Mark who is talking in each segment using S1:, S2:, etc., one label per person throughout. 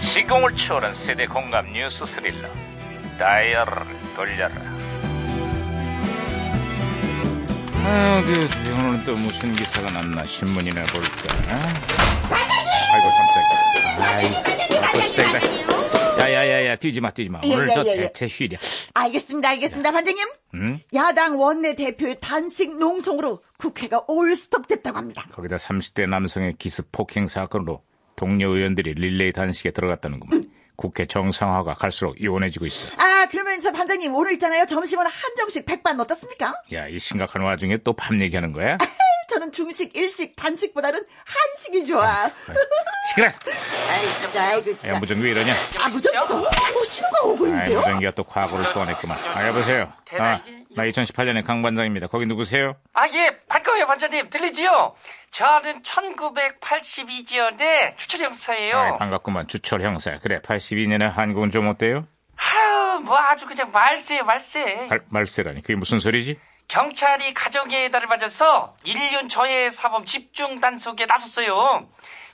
S1: 시공을 초월한 세대 공감 뉴스 스릴러 다이얼을 돌려라 아유 어디 오늘은 또 무슨 기사가 났나 신문이나 볼까 아이고 깜짝이야 아이고 깜짝이야 야야야야 뛰지마 뛰지마
S2: 예,
S1: 오늘 저
S2: 예, 예, 예.
S1: 대체 휴일이야
S2: 알겠습니다, 알겠습니다, 반장님.
S1: 응?
S2: 야당 원내대표의 단식 농성으로 국회가 올스톱 됐다고 합니다.
S1: 거기다 30대 남성의 기습 폭행 사건으로 동료 의원들이 릴레이 단식에 들어갔다는구만 국회 정상화가 갈수록 요원해지고 있어
S2: 아, 그러면서 반장님, 오늘 있잖아요. 점심은 한정식 백반 어떻습니까?
S1: 야, 이 심각한 와중에 또 밤 얘기하는 거야?
S2: 저는 중식, 일식, 단식보다는 한식이 좋아.
S1: 시끄러!
S2: 아이고, 진짜, 아이고,
S1: 야,
S2: 진짜.
S1: 무전기 왜 이러냐?
S2: 아, 무전기에서 뭐 신호가 오고
S1: 아,
S2: 있는데요?
S1: 무전기가 또 과거를 소환했구만. 아, 여보세요? 아, 나 2018년의 강반장입니다. 거기 누구세요?
S3: 아, 예, 반가워요, 반장님. 들리지요? 저는 1982년에 추천
S2: 어.
S3: 형사예요.
S1: 아, 반갑구만. 주철 형사. 그래, 82년에 한국은 좀 어때요?
S3: 아유, 뭐 아주 그냥 말세, 말세.
S1: 말, 말세라니. 그게 무슨 소리지?
S3: 경찰이 가정의 달을 맞아서 인륜 저해 사범 집중 단속에 나섰어요.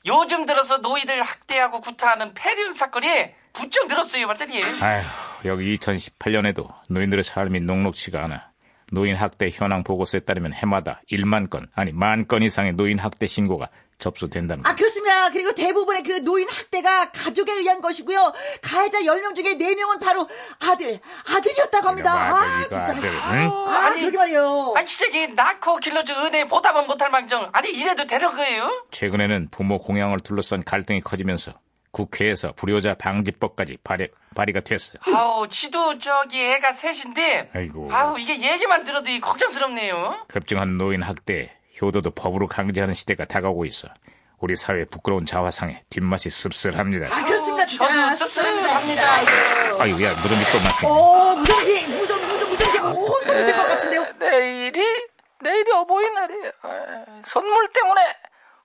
S3: 요즘 들어서 노인을 학대하고 구타하는 폐륜 사건이 부쩍 늘었어요, 반장님.
S1: 아휴, 여기 2018년에도 노인들의 삶이 녹록치가 않아. 노인 학대 현황 보고서에 따르면 해마다 1만 건, 아니, 만 건 이상의 노인 학대 신고가 접수된다는 거.
S2: 아, 그렇습니다. 그리고 대부분의 그 노인 학대가 가족에 의한 것이고요. 가해자 10명 중에 4명은 바로 아들, 아들이었다고 합니다. 아,
S1: 이거 뭐
S2: 진짜.
S1: 아들, 응?
S2: 아, 그러게 말이에요.
S3: 아니, 진짜 이 나코 길러준 은혜 보답은 못할 망정. 아니, 이래도 되는 거예요?
S1: 최근에는 부모 공양을 둘러싼 갈등이 커지면서 국회에서 불효자 방지법까지 발의, 발의가 됐어요.
S3: 아우, 지도 저기 애가 셋인데.
S1: 아이고.
S3: 아우, 이게 얘기만 들어도 이 걱정스럽네요.
S1: 급증한 노인 학대, 효도도 법으로 강제하는 시대가 다가오고 있어. 우리 사회의 부끄러운 자화상에 뒷맛이 씁쓸합니다.
S2: 아, 그렇습니다. 진짜.
S3: 어, 저는
S2: 씁쓸합니다. 진짜.
S3: 씁쓸합니다. 예.
S2: 아이고.
S1: 아유, 야, 무전기 또 맞어.
S2: 어, 무전기, 무전, 무전, 무전기 혼선이 될 것 같은데요.
S3: 네,
S4: 내일이 내일이 어버이날이에요. 에이, 선물 때문에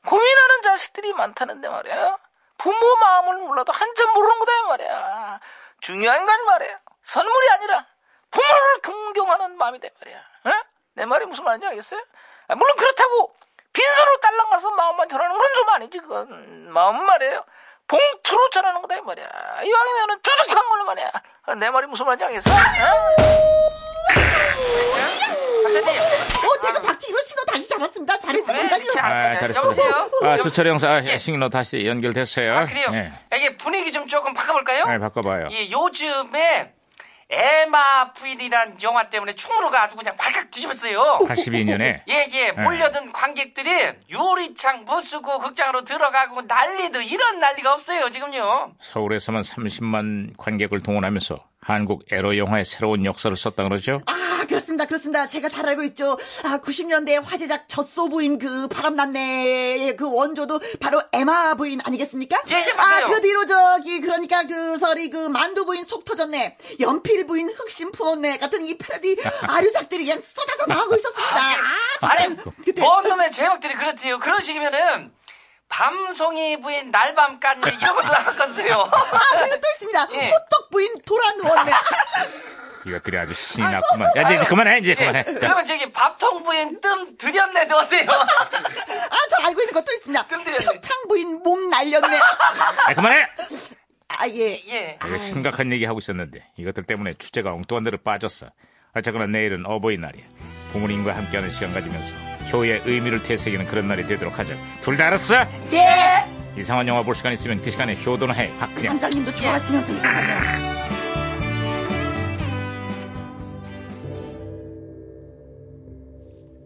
S4: 고민하는 자식들이 많다는데 말이야. 부모 마음을 몰라도 한참 모르는 거다 이 말이야. 중요한 건 말이야. 선물이 아니라 부모를 존경하는 마음이 돼 말이야. 어? 내 말이 무슨 말인지 알겠어요? 아, 물론 그렇다고 빈손으로 딸랑 가서 마음만 전하는 그런 좀 아니지 그건 마음 말이에요. 봉투로 전하는 거다 이 말이야. 이왕이면은 두둑한 걸로 말이야. 아, 내 말이 무슨 말인지 알겠어? 어?
S3: 반장님.
S2: 어, 제가 박지희로 신호 다시 잡았습니다. 잘했죠,
S3: 네.
S2: 반장님.
S3: 이렇게
S1: 아, 잘했어.
S3: 여보세요? 예.
S1: 아, 주철 형사, 아, 신호 다시 연결됐어요.
S3: 아, 그래요?
S1: 예.
S3: 이게 분위기 좀 조금 바꿔볼까요?
S1: 네, 바꿔봐요.
S3: 예, 요즘에 에마 부인이란 영화 때문에 충무로가 아주 그냥 발칵 뒤집었어요.
S1: 82년에
S3: 예, 예, 몰려든 관객들이 유리창 부수고 극장으로 들어가고 난리도 이런 난리가 없어요, 지금요.
S1: 서울에서만 30만 관객을 동원하면서 한국 에로 영화의 새로운 역사를 썼다 그러죠?
S2: 아, 그렇습니다. 그렇습니다. 제가 잘 알고 있죠. 아, 90년대 화제작 젖소 부인 그 바람났네의 그 원조도 바로 에마 부인 아니겠습니까?
S3: 예, 예, 맞아요.
S2: 아, 그 뒤로 저기, 그러니까 그 설이 그 만두 부인 속 터졌네. 연필 부인 흑심 품었네. 같은 이 패러디 아류작들이 그냥 쏟아져 나오고 있었습니다. 아,
S3: 아니,
S2: 진짜. 그때.
S3: 뭔 놈의 제목들이 그렇대요. 그런 식이면은, 밤송이 부인 날밤 깐니 이런 것도 나왔겠어요.
S2: 아, 그리고 또 있습니다.
S3: 예.
S2: 호떡 부인 도란 아, 원네.
S1: 이것들이 아주 신이 났구만. 야, 이제, 이제 그만해,
S3: 예.
S1: 이제 그만해. 자,
S3: 그러면 저기 밥통 부인 뜸 들였네도 어때요?
S2: 아, 저 알고 있는 것도 있습니다.
S3: 끔들였네.
S2: 평창 부인 몸 날렸네.
S1: 아, 그만해!
S2: 아, 예.
S3: 예.
S1: 이거 심각한 얘기하고 있었는데 이것들 때문에 주제가 엉뚱한 데로 빠졌어. 어쨌거나 내일은 어버이날이야. 부모님과 함께하는 시간 가지면서 효의 의미를 되새기는 그런 날이 되도록 하자. 둘 다 알았어?
S2: 예.
S1: 이상한 영화 볼 시간 있으면 그 시간에 효도나 해. 박그냥.
S3: 예.
S2: 반장님도 좋아하시면서 이상하네요.